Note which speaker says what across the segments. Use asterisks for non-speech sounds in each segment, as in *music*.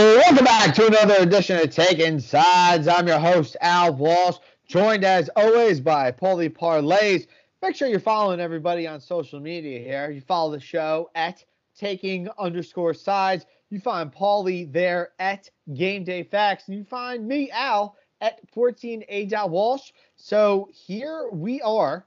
Speaker 1: back to another edition of Taking Sides. I'm your host, Al Walsh, joined as always by Paulie Parlays. Make sure you're following everybody on social media here. You follow the show at taking underscore sides. You find Paulie there at Game Day Facts. And you find me, Al, at 14A Walsh. So here we are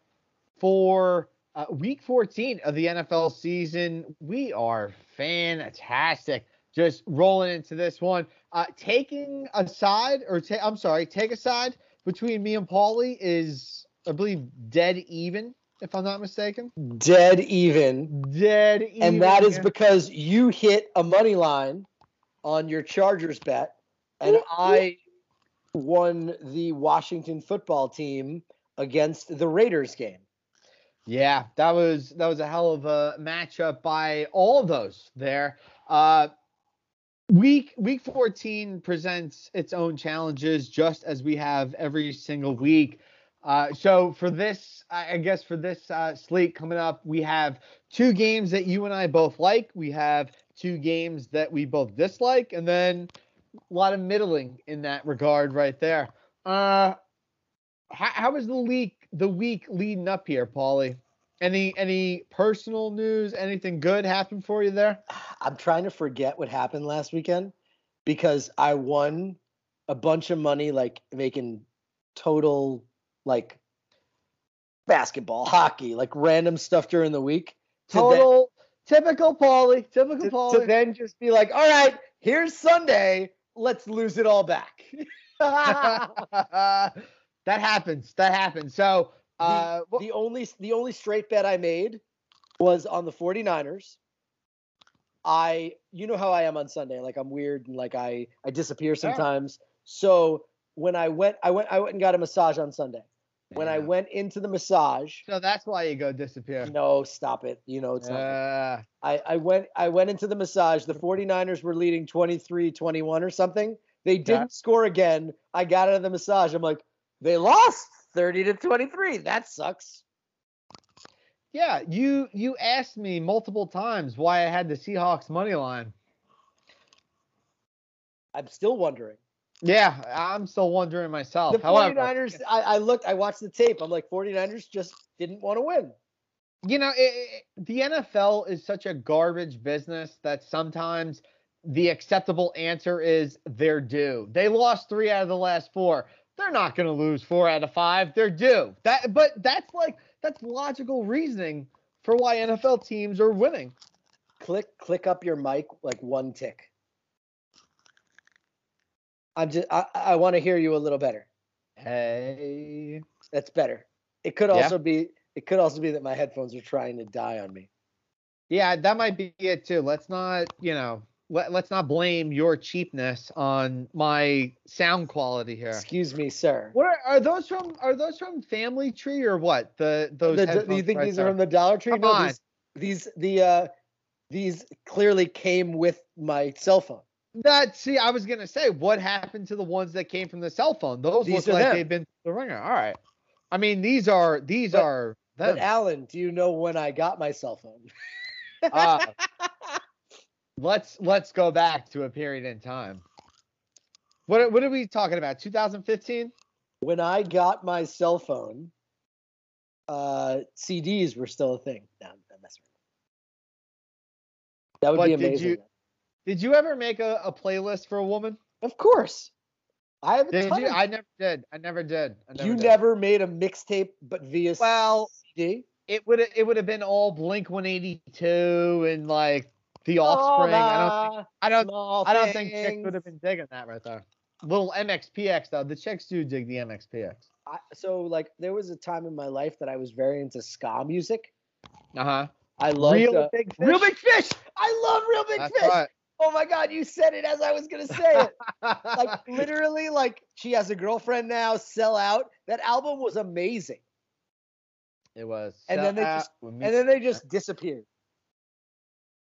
Speaker 1: for uh, week 14 of the NFL season. We are fantastic just rolling into this one. Uh, taking a side, or ta- I'm sorry, take a side between me and Paulie is, I believe, dead even, if I'm not mistaken.
Speaker 2: Dead even.
Speaker 1: Dead even.
Speaker 2: And that is
Speaker 1: yeah.
Speaker 2: because you hit a money line on your Chargers bet, and I won the Washington football team against the Raiders game.
Speaker 1: Yeah, that was that was a hell of a matchup by all of those there. Uh, week week 14 presents its own challenges just as we have every single week uh, so for this i I guess for this uh, slate coming up we have two games that you and i both like we have two games that we both dislike and then a lot of middling in that regard right there uh how, how was the leak the week leading up here paulie any any personal news anything good happened for you there
Speaker 2: I'm trying to forget what happened last weekend because I won a bunch of money, like making total like basketball, *laughs* hockey, like random stuff during the week. To then-
Speaker 1: Total typical Paulie. Typical
Speaker 2: to,
Speaker 1: Paulie.
Speaker 2: to then just be like, all right, here's Sunday. Let's lose it all back. the
Speaker 1: *laughs* that happens. That happens. So uh wh-
Speaker 2: only the only straight bet I made was on the 49ers. I you know how I am on Sunday, like I'm weird and like I I disappear
Speaker 1: Sure.
Speaker 2: sometimes. So when I went I went I went and got a massage on Sunday. When I
Speaker 1: Yeah.
Speaker 2: went into the massage,
Speaker 1: so that's why you go disappear.
Speaker 2: no, stop it. You know it's not
Speaker 1: Uh,
Speaker 2: I, I went I went into the massage. The 49ers were leading 23-21 or something. They didn't score again. I got out of the massage. I'm like, they lost 30 to 23. That sucks.
Speaker 1: yeah, you you asked me multiple times why I had the Seahawks money line.
Speaker 2: I'm still wondering.
Speaker 1: Yeah, I'm still wondering myself.
Speaker 2: The
Speaker 1: Oh, However,
Speaker 2: 49ers, I, I looked, I watched the tape. I'm like, 49ers just didn't want to win.
Speaker 1: you know, it, it, the NFL is such a garbage business that sometimes the acceptable answer is they're due. They lost three out of the last four. They're not going to lose four out of five. They're due. That, but that's like that's logical reasoning for why NFL teams are winning.
Speaker 2: Click, click up your mic like one tick. I'm just I, I want to hear you a little better.
Speaker 1: Hey,
Speaker 2: That's better. It could
Speaker 1: Yeah.
Speaker 2: also be it could also be that my headphones are trying to die on me.
Speaker 1: yeah, that might be it too. Let's not, you know, let, let's not blame your cheapness on my sound quality here.
Speaker 2: Excuse me, sir.
Speaker 1: What are, are those from? Are those from Family Tree or what? The those.
Speaker 2: The- do
Speaker 1: headphones
Speaker 2: you think
Speaker 1: right
Speaker 2: these
Speaker 1: there.
Speaker 2: are from the Dollar Tree?
Speaker 1: Come on.
Speaker 2: these, these the uh these clearly came with my cell phone.
Speaker 1: That see, I was gonna say, what happened to the ones that came from the cell phone? Those look
Speaker 2: These are
Speaker 1: like
Speaker 2: them.
Speaker 1: they've been through the ringer. All right. I mean, these are these
Speaker 2: But-
Speaker 1: are
Speaker 2: But
Speaker 1: them.
Speaker 2: Alan, do you know when I got my cell phone? *laughs*
Speaker 1: Uh, let's let's go back to a period in time. What are- what are we talking about? 2015.
Speaker 2: When I got my cell phone, uh CDs were still a thing. No, I'm messing around. That would
Speaker 1: But
Speaker 2: be
Speaker 1: did
Speaker 2: amazing.
Speaker 1: you- Did you ever make a, a playlist for a woman?
Speaker 2: of course. I have a
Speaker 1: Did
Speaker 2: ton
Speaker 1: you?
Speaker 2: of-
Speaker 1: I never did. I never did. I
Speaker 2: you
Speaker 1: did.
Speaker 2: never made a mixtape but via
Speaker 1: Well,
Speaker 2: CD?
Speaker 1: it would it would have been all Blink 182 and like The Offspring. I don't think, I don't I don't think chicks would have been digging that right there. Little MXPX though, the chicks do dig the MXPX.
Speaker 2: I, so like there was a time in my life that I was very into ska music.
Speaker 1: Uh huh.
Speaker 2: I loved
Speaker 1: Real
Speaker 2: uh,
Speaker 1: big fish.
Speaker 2: Real Big Fish. I love Real Big
Speaker 1: That's
Speaker 2: Fish.
Speaker 1: right.
Speaker 2: Oh my God, you said it as I was
Speaker 1: *laughs*
Speaker 2: gonna say it. *laughs* like literally, like she has a girlfriend now. Sell out. That album was amazing,
Speaker 1: it was.
Speaker 2: and then they
Speaker 1: Sell
Speaker 2: just-
Speaker 1: Out with me.
Speaker 2: and then they just disappeared.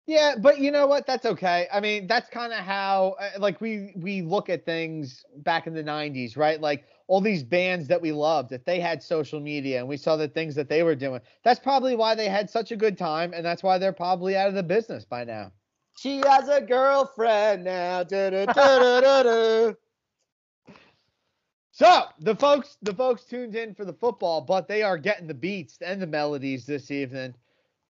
Speaker 1: yeah, but you know what? That's okay. I mean, that's kind of how uh, like we we look at things back in the '90s, right? Like all these bands that we loved, if they had social media and we saw the things that they were doing, that's probably why they had such a good time, and that's why they're probably out of the business by now.
Speaker 2: She has a girlfriend
Speaker 1: *laughs*
Speaker 2: now. Du-du-du-du-du-du.
Speaker 1: So the folks, the folks tuned in for the football, but they are getting the beats and the melodies this evening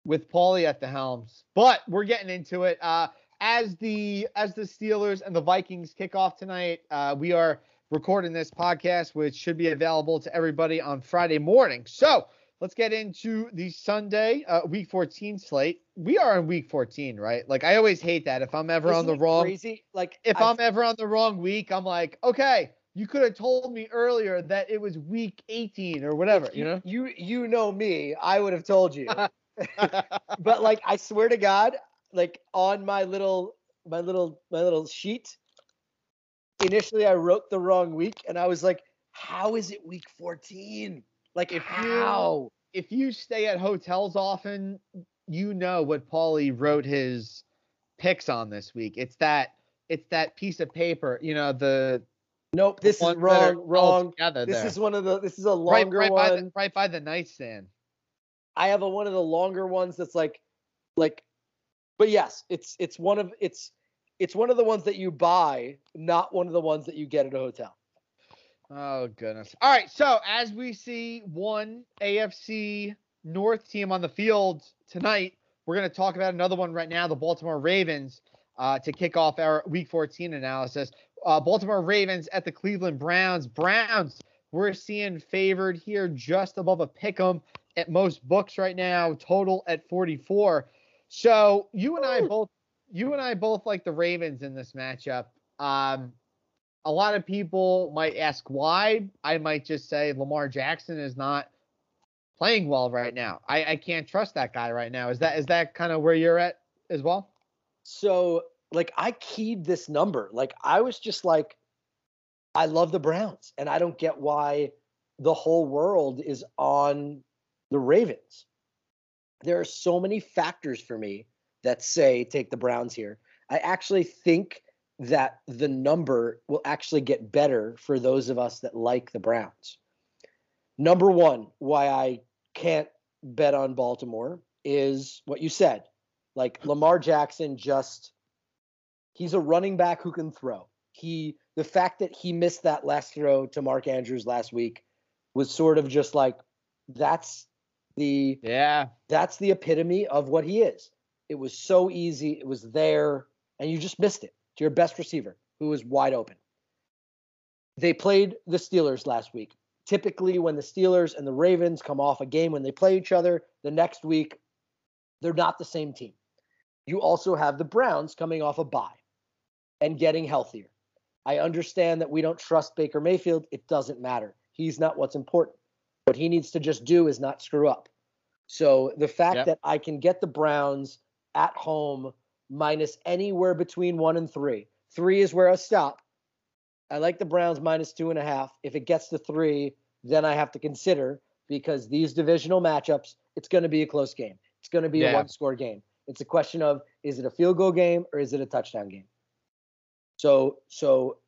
Speaker 1: with Paulie at the helms. But we're getting into it. Uh, as the as the Steelers and the Vikings kick off tonight, uh, we are recording this podcast, which should be available to everybody on Friday morning. So let's get into the Sunday uh, Week 14 slate. We are in Week 14, right? Like I always hate that. If I'm ever on
Speaker 2: Isn't
Speaker 1: the
Speaker 2: it
Speaker 1: wrong
Speaker 2: Crazy? Like
Speaker 1: if
Speaker 2: I-
Speaker 1: I'm ever on the wrong week, I'm like, okay, you could have told me earlier that it was week 18 or whatever, you know?
Speaker 2: you you know me, I would have
Speaker 1: *laughs*
Speaker 2: told you. *laughs* but like I swear to God, like on my little my little my little sheet, initially I wrote the wrong week, and I was like, "How is it week 14? Like if
Speaker 1: How? if you stay at hotels often, you know what Paulie wrote his picks on this week. It's that it's that piece of paper, you know, the
Speaker 2: you- nope, this is
Speaker 1: ones that are
Speaker 2: wrong,
Speaker 1: all
Speaker 2: wrong.
Speaker 1: together
Speaker 2: This
Speaker 1: there.
Speaker 2: is one of the this is a
Speaker 1: right,
Speaker 2: longer
Speaker 1: right by
Speaker 2: one.
Speaker 1: the right by the nightstand.
Speaker 2: I have a one of the longer ones that's like like but yes, it's it's one of it's it's one of the ones that you buy, not one of the ones that you get at a hotel.
Speaker 1: Oh goodness. All right, so as we see one AFC North team on the field tonight, we're going to talk about another one right now, the Baltimore Ravens, uh, to kick off our Week 14 analysis. Uh, Baltimore Ravens at the Cleveland Browns. Browns, we're seeing favored here just above a pick 'em at most books right now, total at 44. So you and I
Speaker 2: Woo.
Speaker 1: both, you and I both like the Ravens in this matchup. Um, a lot of people might ask why. I might just say Lamar Jackson is not playing well right now. I, I can't trust that guy right now. Is that is that kind of where you're at as well?
Speaker 2: So like I keyed this number. Like I was just like, I love the Browns, and I don't get why the whole world is on the Ravens. There are so many factors for me that say take the Browns here. I actually think that the number will actually get better for those of us that like the Browns. Number one, why I can't bet on Baltimore is what you said. Like Lamar Jackson just he's a running back who can throw. He the fact that he missed that last throw to Mark Andrews last week was sort of just like that's the
Speaker 1: Yeah.
Speaker 2: that's the epitome of what he is. It was so easy, it was there, and you just missed it to your best receiver who was wide open. They played the Steelers last week. Typically, when the Steelers and the Ravens come off a game when they play each other, the next week they're not the same team. You also have the Browns coming off a bye and getting healthier. I understand that we don't trust Baker Mayfield. It doesn't matter. He's not what's important. What he needs to just do is not screw up. So the fact
Speaker 1: Yep.
Speaker 2: that I can get the Browns at home minus anywhere between one and three, three is where I stop. I like the Browns minus two and a half. If it gets to three, then I have to consider because these divisional matchups, it's going to be a close game. It's going to be
Speaker 1: Yeah.
Speaker 2: a one score game. It's a question of is it a field goal game or is it a touchdown game? So, so,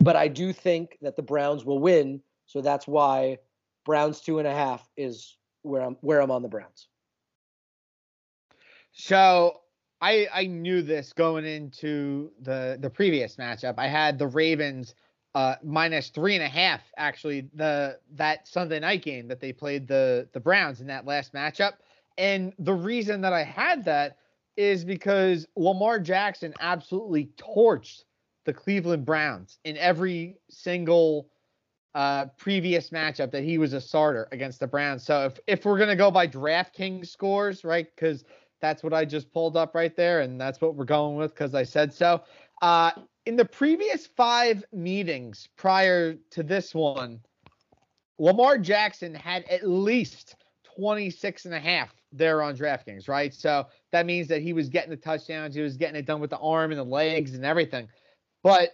Speaker 2: but I do think that the Browns will win. So that's why Browns two and a half is where I'm where I'm on the Browns.
Speaker 1: So I I knew this going into the the previous matchup. I had the Ravens uh minus three and a half actually the that Sunday night game that they played the the Browns in that last matchup. And the reason that I had that is because Lamar Jackson absolutely torched the Cleveland Browns in every single uh, previous matchup that he was a starter against the Browns. So if if we're gonna go by DraftKings scores, right? Because that's what I just pulled up right there, and that's what we're going with because I said so. Uh, in the previous five meetings prior to this one, Lamar Jackson had at least 26 and a half there on DraftKings, right? So that means that he was getting the touchdowns, he was getting it done with the arm and the legs and everything. But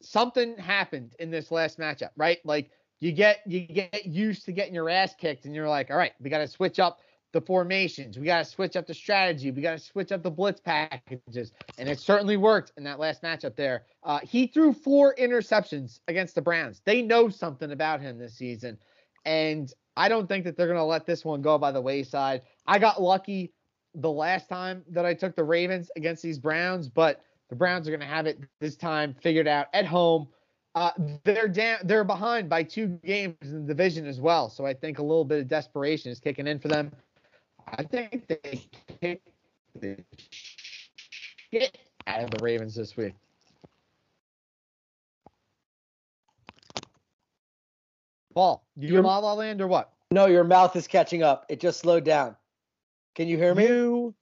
Speaker 1: something happened in this last matchup, right? Like you get you get used to getting your ass kicked and you're like, all right, we gotta switch up the formations, we gotta switch up the strategy, we gotta switch up the blitz packages. And it certainly worked in that last matchup there. Uh, he threw four interceptions against the Browns. They know something about him this season. And I don't think that they're gonna let this one go by the wayside. I got lucky. the last time that I took the Ravens against these Browns, but the Browns are going to have it this time figured out at home. Uh, they're down, they're behind by two games in the division as well. So I think a little bit of desperation is kicking in for them. I think they kick the shit out of the Ravens this week. Paul, you
Speaker 2: Your-
Speaker 1: in La La Land or what?
Speaker 2: No, your mouth is catching up. It just slowed down. Can you hear me?
Speaker 1: You,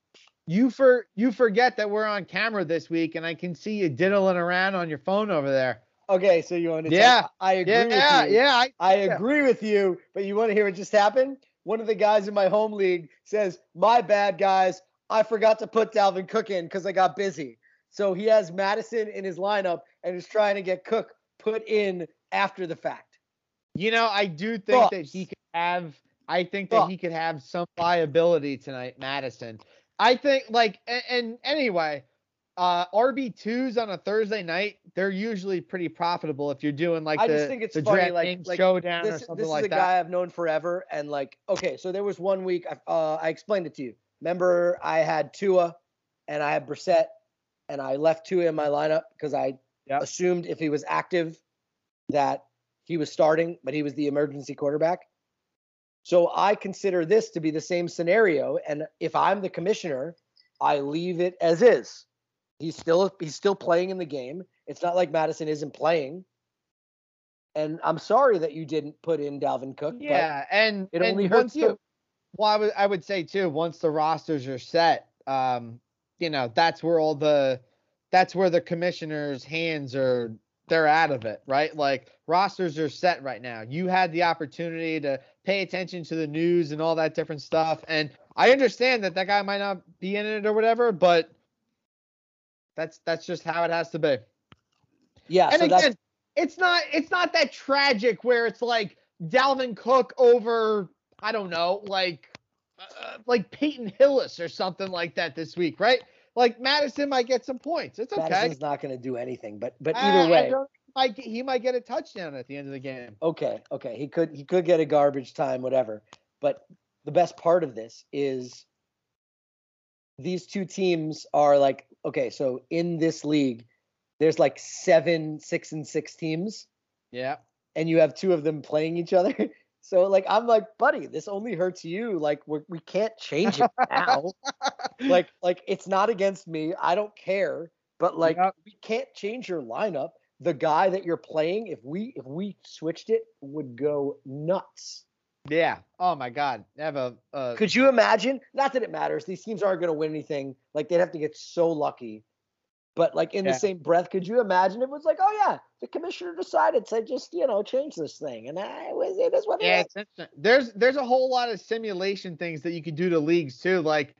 Speaker 1: you for you forget that we're on camera this week, and I can see you diddling around on your phone over there.
Speaker 2: Okay, so you want to?
Speaker 1: Yeah.
Speaker 2: I agree
Speaker 1: Yeah,
Speaker 2: with
Speaker 1: yeah,
Speaker 2: you.
Speaker 1: yeah. I,
Speaker 2: I agree with you, but you want to hear what just happened? One of the guys in my home league says, "My bad, guys. I forgot to put Dalvin Cook in because I got busy." So he has Madison in his lineup and is trying to get Cook put in after the fact.
Speaker 1: you know, I do think that he
Speaker 2: Thoughts?
Speaker 1: could have. I think that he could have some liability tonight, Madison. I think like and, and anyway, uh, RB twos on a Thursday night, they're usually pretty profitable if you're doing like
Speaker 2: I
Speaker 1: the,
Speaker 2: just think it's
Speaker 1: the
Speaker 2: funny,
Speaker 1: DraftKings
Speaker 2: like- like,
Speaker 1: showdown or
Speaker 2: This,
Speaker 1: something
Speaker 2: this is
Speaker 1: like
Speaker 2: a
Speaker 1: that.
Speaker 2: guy I've known forever, and like, okay, so there was one week I, uh, I explained it to you. Remember, I had Tua, and I had Brissett, and I left Tua in my lineup because I
Speaker 1: Yep.
Speaker 2: assumed if he was active, that he was starting, but he was the emergency quarterback. So I consider this to be the same scenario, and if I'm the commissioner, I leave it as is. He's still he's still playing in the game. It's not like Madison isn't playing. And I'm sorry that you didn't put in Dalvin Cook. but
Speaker 1: Yeah, and
Speaker 2: it
Speaker 1: and
Speaker 2: only
Speaker 1: once
Speaker 2: hurts
Speaker 1: the-
Speaker 2: you.
Speaker 1: well, I would I would say too, once the rosters are set, um, you know, that's where all the that's where the commissioner's hands are they're out of it, right? Like rosters are set right now. You had the opportunity to pay attention to the news and all that different stuff. And I understand that that guy might not be in it or whatever, but that's that's just how it has to be
Speaker 2: Yeah.
Speaker 1: and
Speaker 2: so
Speaker 1: again,
Speaker 2: that's,
Speaker 1: it's not it's not that tragic where it's like Dalvin Cook over I don't know like uh, like Peyton Hillis or something like that this week, right? Like Madison might get some points. It's okay.
Speaker 2: Madison's not going to do anything. But but
Speaker 1: Uh,
Speaker 2: either
Speaker 1: I
Speaker 2: way,
Speaker 1: don't- he might get- he might get a touchdown at the end of the game.
Speaker 2: okay, okay, he could he could get a garbage time, whatever. But the best part of this is these two teams are like okay. So in this league, there's like seven six and six teams.
Speaker 1: Yeah.
Speaker 2: and you have two of them playing each other. *laughs* So like I'm like, buddy, this only hurts you. Like we we can't change it now. like like it's not against me. I don't care. But like
Speaker 1: Yep.
Speaker 2: we can't change your lineup. The guy that you're playing, if we if we switched it, would go nuts.
Speaker 1: Yeah. Oh my God. I have a. Uh,
Speaker 2: Could you imagine? Not that it matters. These teams aren't going to win anything. Like they'd have to get so lucky. But like in
Speaker 1: Yeah.
Speaker 2: the same breath, could you imagine if it was like, oh yeah, the commissioner decided to just you know change this thing, and I was it is what it is.
Speaker 1: Yeah, it's interesting. There's there's a whole lot of simulation things that you could do to leagues too. Like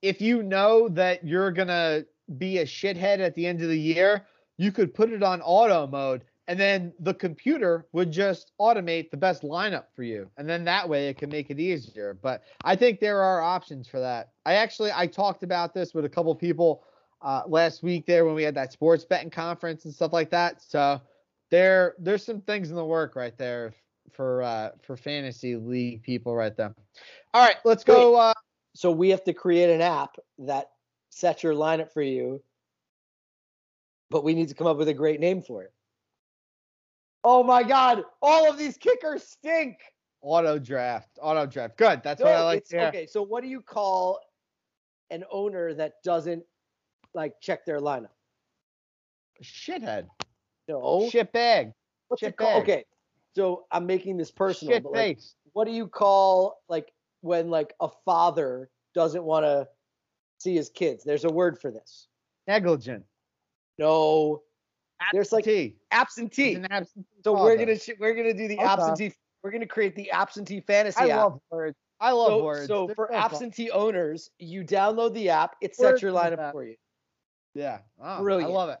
Speaker 1: if you know that you're gonna be a shithead at the end of the year, you could put it on auto mode, and then the computer would just automate the best lineup for you, and then that way it can make it easier. But I think there are options for that. I actually I talked about this with a couple people uh, last week there when we had that sports betting conference and stuff like that. So there there's some things in the work right there for uh for fantasy league people right there. All right, let's go uh
Speaker 2: So we have to create an app that sets your lineup for you, but we need to come up with a great name for it. Oh my God! All of these kickers stink.
Speaker 1: auto draft. Auto draft. Good. That's
Speaker 2: No,
Speaker 1: what I like
Speaker 2: it's
Speaker 1: to hear.
Speaker 2: okay. So what do you call an owner that doesn't like check their lineup?
Speaker 1: Shithead.
Speaker 2: No.
Speaker 1: Shit bag.
Speaker 2: What's it
Speaker 1: Oh, shit
Speaker 2: called?
Speaker 1: bag.
Speaker 2: Okay. So I'm making this personal,
Speaker 1: Shit
Speaker 2: but like,
Speaker 1: face.
Speaker 2: what do you call like when like a father doesn't want to see his kids? There's a word for this.
Speaker 1: Negligent.
Speaker 2: No, There's like-
Speaker 1: Absentee.
Speaker 2: absentee.
Speaker 1: He's an absentee
Speaker 2: So we're
Speaker 1: father.
Speaker 2: gonna sh- we're gonna do the
Speaker 1: Okay.
Speaker 2: absentee. We're gonna create the absentee fantasy
Speaker 1: I
Speaker 2: app.
Speaker 1: love words. I love
Speaker 2: so,
Speaker 1: words.
Speaker 2: so
Speaker 1: They're
Speaker 2: for
Speaker 1: fun.
Speaker 2: absentee owners, you download the app. It
Speaker 1: Words
Speaker 2: sets your
Speaker 1: like
Speaker 2: lineup
Speaker 1: that.
Speaker 2: for you.
Speaker 1: Yeah. Oh, I
Speaker 2: Brilliant.
Speaker 1: love it.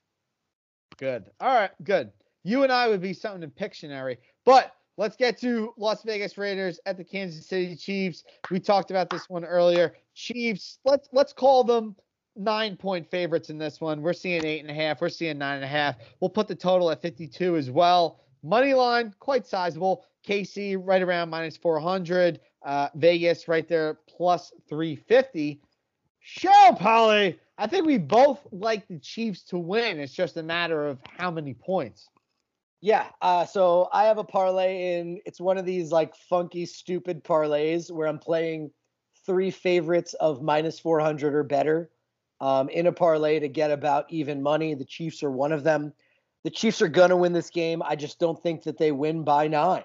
Speaker 1: Good. All right. Good. You and I would be something in Pictionary. But let's get to Las Vegas Raiders at the Kansas City Chiefs. We talked about this one earlier. Chiefs, let's let's call them nine point favorites in this one. We're seeing eight and a half. We're seeing nine and a half. We'll put the total at 52 as well. Money line, quite sizable. KC right around minus 400. Uh, Vegas right there plus 350. show, Polly. I think we both like the Chiefs to win. It's just a matter of how many points.
Speaker 2: Yeah. Uh, so I have a parlay in. It's one of these like funky, stupid parlays where I'm playing three favorites of minus 400 or better um, in a parlay to get about even money. The Chiefs are one of them. The Chiefs are going to win this game. I just don't think that they win by nine.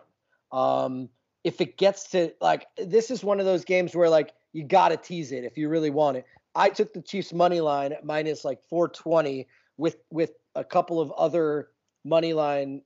Speaker 2: Um, if it gets to like, this is one of those games where like you got to tease it if you really want it. I took the Chiefs money line at minus like 420 with with a couple of other money line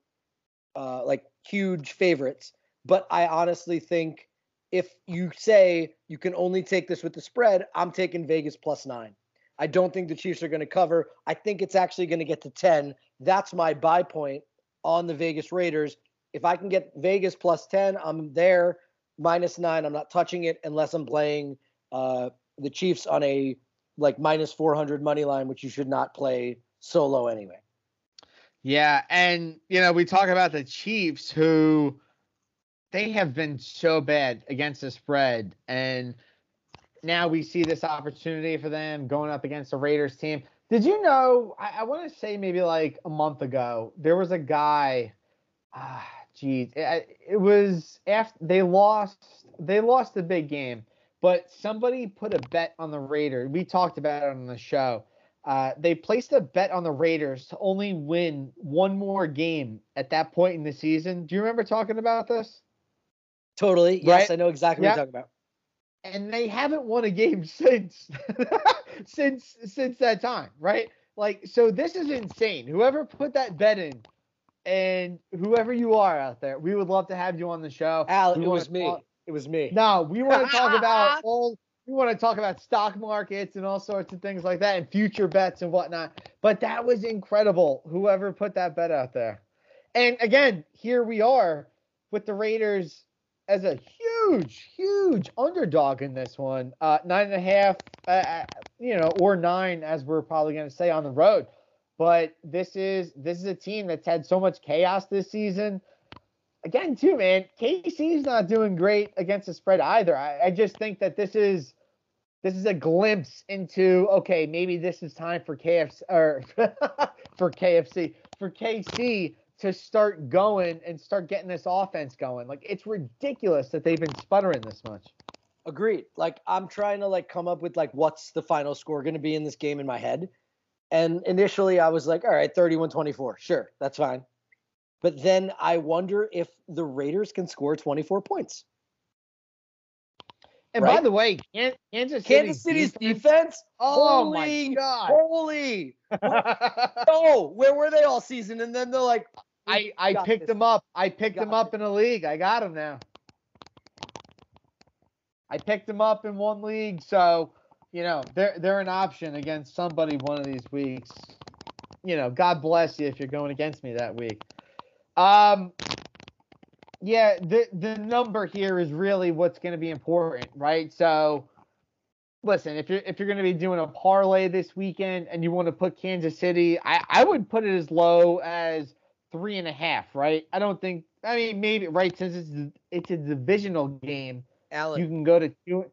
Speaker 2: uh, like huge favorites. But I honestly think if you say you can only take this with the spread, I'm taking Vegas plus nine. I don't think the Chiefs are going to cover. I think it's actually going to get to 10. That's my buy point on the Vegas Raiders. If I can get Vegas plus 10, I'm there. Minus nine, I'm not touching it unless I'm playing uh, the Chiefs on a like minus 400 money line, which you should not play solo anyway.
Speaker 1: Yeah, and you know, we talk about the Chiefs who they have been so bad against the spread and now we see this opportunity for them going up against the Raiders team. Did you know? I, I want to say maybe like a month ago, there was a guy. Ah, geez, it, it was after they lost. They lost the big game, but somebody put a bet on the Raiders. We talked about it on the show. Uh, they placed a bet on the Raiders to only win one more game at that point in the season. Do you remember talking about this?
Speaker 2: Totally. Yes, I know exactly
Speaker 1: Yep.
Speaker 2: what you're talking about.
Speaker 1: and they haven't won a game *laughs* since since since that time, right? Like so this is insane. Whoever put that bet in and whoever you are out there, we would love to have you on the show.
Speaker 2: Al,
Speaker 1: We
Speaker 2: it
Speaker 1: wanna
Speaker 2: was me.
Speaker 1: talk-
Speaker 2: it was me.
Speaker 1: no, we want to talk about all we want to talk about stock markets and all sorts of things like that and future bets and whatnot. But that was incredible, whoever put that bet out there. And again, here we are with the Raiders as a huge, huge underdog in this one. Uh, nine and a half, uh, uh, you know, or nine, as we're probably going to say on the road. But this is this is a team that's had so much chaos this season again, too, man, KC's not doing great against the spread either. I, I just think that this is this is a glimpse into okay, maybe this is time for KFC or *laughs* for KFC for KC to start going and start getting this offense going. Like it's ridiculous that they've been sputtering this much.
Speaker 2: Agreed. Like I'm trying to like come up with like what's the final score going to be in this game in my head. And initially I was like, all right, 31-24. Sure, that's fine. But then I wonder if the Raiders can score 24 points.
Speaker 1: And by
Speaker 2: Right.
Speaker 1: the way, Kan- Kansas City
Speaker 2: Kansas City's defense?
Speaker 1: Oh
Speaker 2: holy,
Speaker 1: my god!
Speaker 2: holy.
Speaker 1: *laughs* I
Speaker 2: Oh, where were they all season? And then they're like,
Speaker 1: I
Speaker 2: got
Speaker 1: picked
Speaker 2: this.
Speaker 1: them up. I picked
Speaker 2: Got
Speaker 1: them up in a league. I got them now. I picked them up in one league, so you know they're they're an option against somebody one of these weeks. You know, God bless you if you're going against me that week. Um, yeah, the the number here is really what's going to be important, right? So, listen, if you're if you're going to be doing a parlay this weekend and you want to put Kansas City, I I would put it as low as three and a half, right? I don't think. I mean, maybe right since it's it's a divisional game
Speaker 2: Alan,
Speaker 1: you can go to two.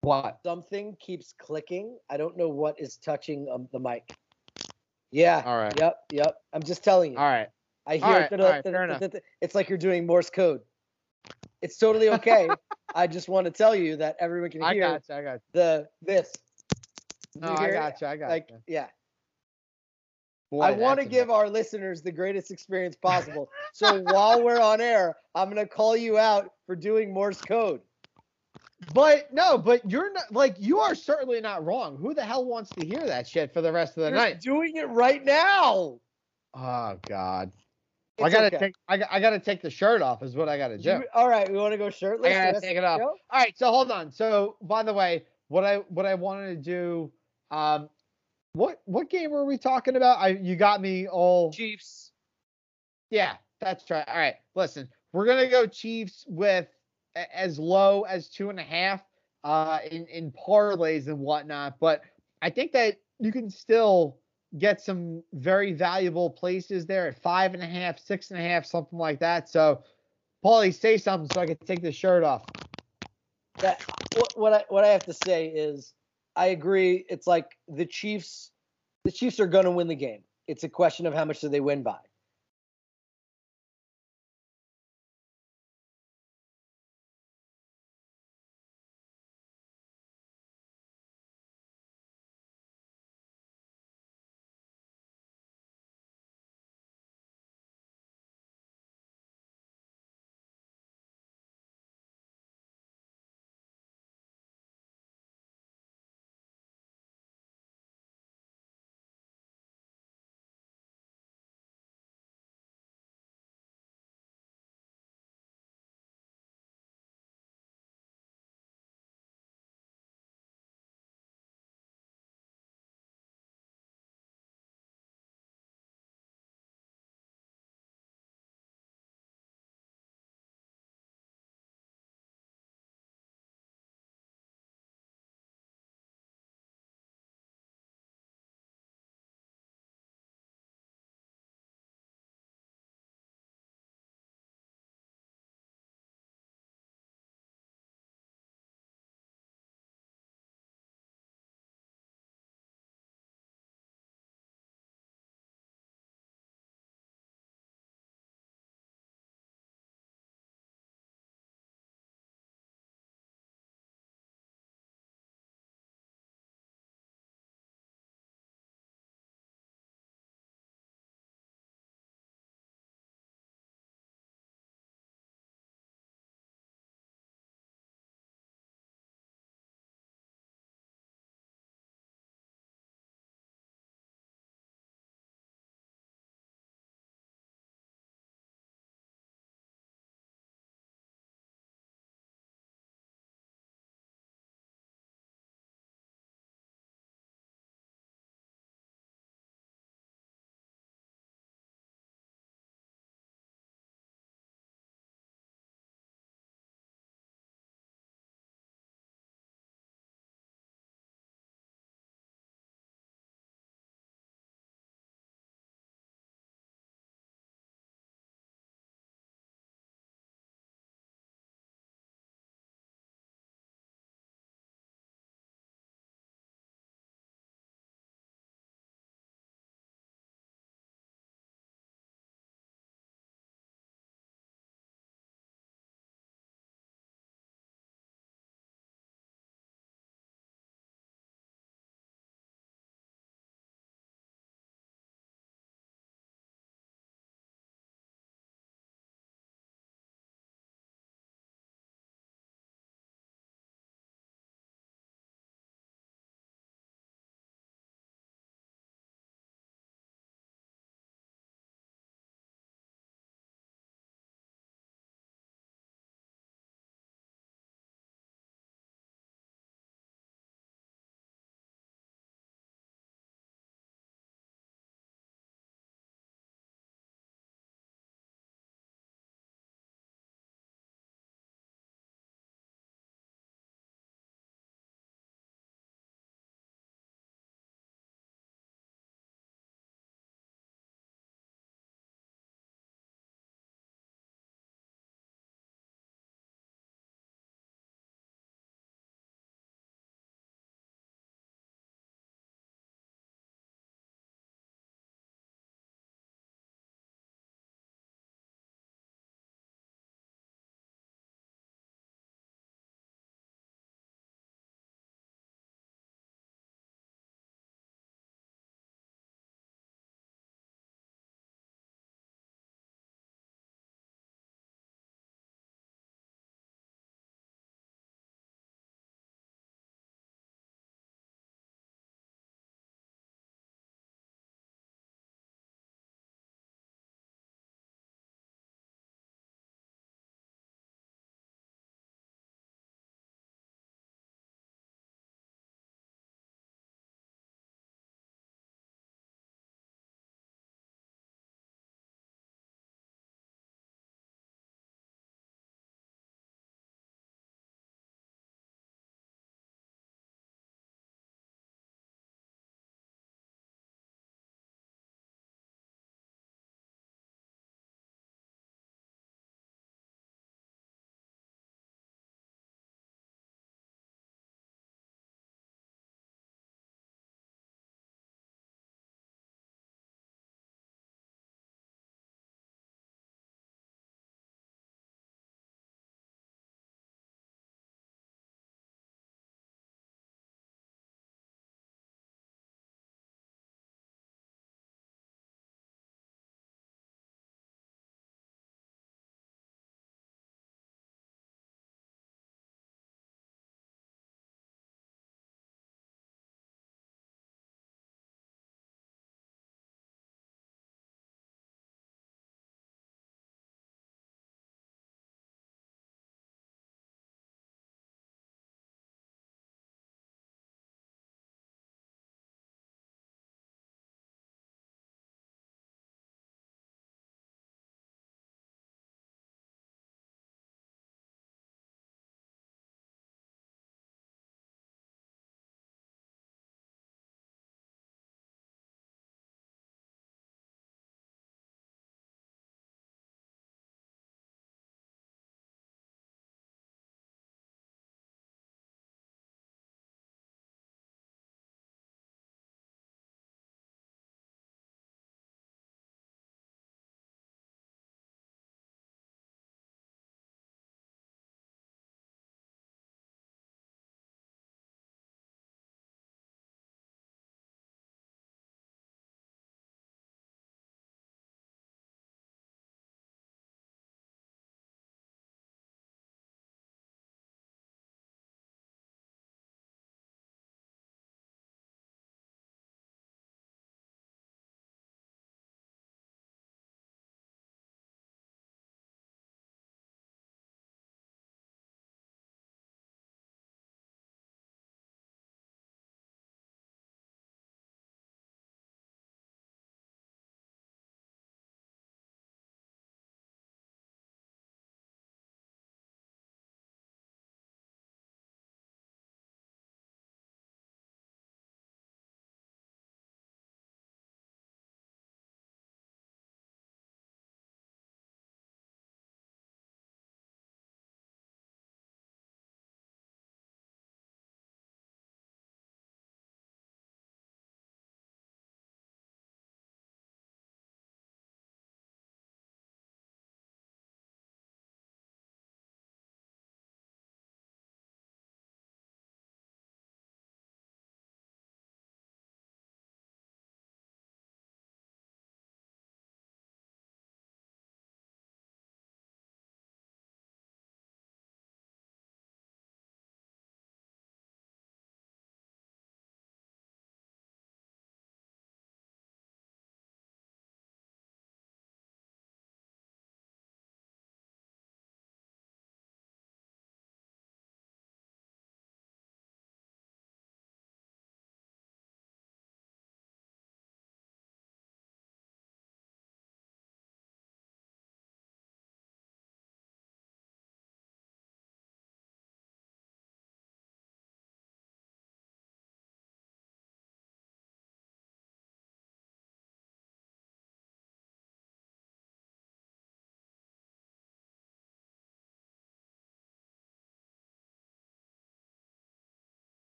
Speaker 1: What?
Speaker 2: something keeps clicking. I don't know what is touching um, the mic. Yeah.
Speaker 1: All right.
Speaker 2: Yep. Yep. I'm just telling you.
Speaker 1: All right.
Speaker 2: I
Speaker 1: All
Speaker 2: hear
Speaker 1: right,
Speaker 2: it.
Speaker 1: all right, fair enough.
Speaker 2: it's like you're doing Morse code. It's
Speaker 1: *laughs*
Speaker 2: totally okay. I just want to tell you that everyone can
Speaker 1: I
Speaker 2: hear
Speaker 1: got you. I got you.
Speaker 2: the this.
Speaker 1: No,
Speaker 2: You
Speaker 1: I
Speaker 2: hear it?
Speaker 1: got you. I got
Speaker 2: Like,
Speaker 1: you.
Speaker 2: yeah.
Speaker 1: Boy,
Speaker 2: I want to
Speaker 1: that's
Speaker 2: give
Speaker 1: amazing.
Speaker 2: our listeners the greatest experience possible.
Speaker 1: *laughs*
Speaker 2: so while we're on air, I'm gonna call you out for doing Morse code.
Speaker 1: But no, but you're not like you are certainly not wrong. Who the hell wants to hear that shit for the rest of the
Speaker 2: You're
Speaker 1: night?
Speaker 2: doing it right now.
Speaker 1: Oh God. I
Speaker 2: It's
Speaker 1: gotta
Speaker 2: okay.
Speaker 1: take. I, got- I gotta take the shirt off. Is what I gotta do.
Speaker 2: You- all right, we want to go shirtless.
Speaker 1: I gotta
Speaker 2: Yes,
Speaker 1: take it off.
Speaker 2: go?
Speaker 1: All right, so hold on. So by the way, what I what I wanted to do, um, what what game were we talking about? I you got me all.
Speaker 2: Chiefs.
Speaker 1: Yeah, that's right. All right, listen, we're gonna go Chiefs with a- as low as two and a half uh, in in parlays and whatnot, but I think that you can still get some very valuable places there at five and a half, six and a half, something like that. So, Paulie, say something so I can take the shirt off.
Speaker 2: That what, what I what I have to say is I agree. It's like the Chiefs. The Chiefs are going to win the game. It's a question of how much do they win by.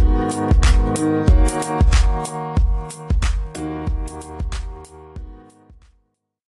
Speaker 3: Thank you.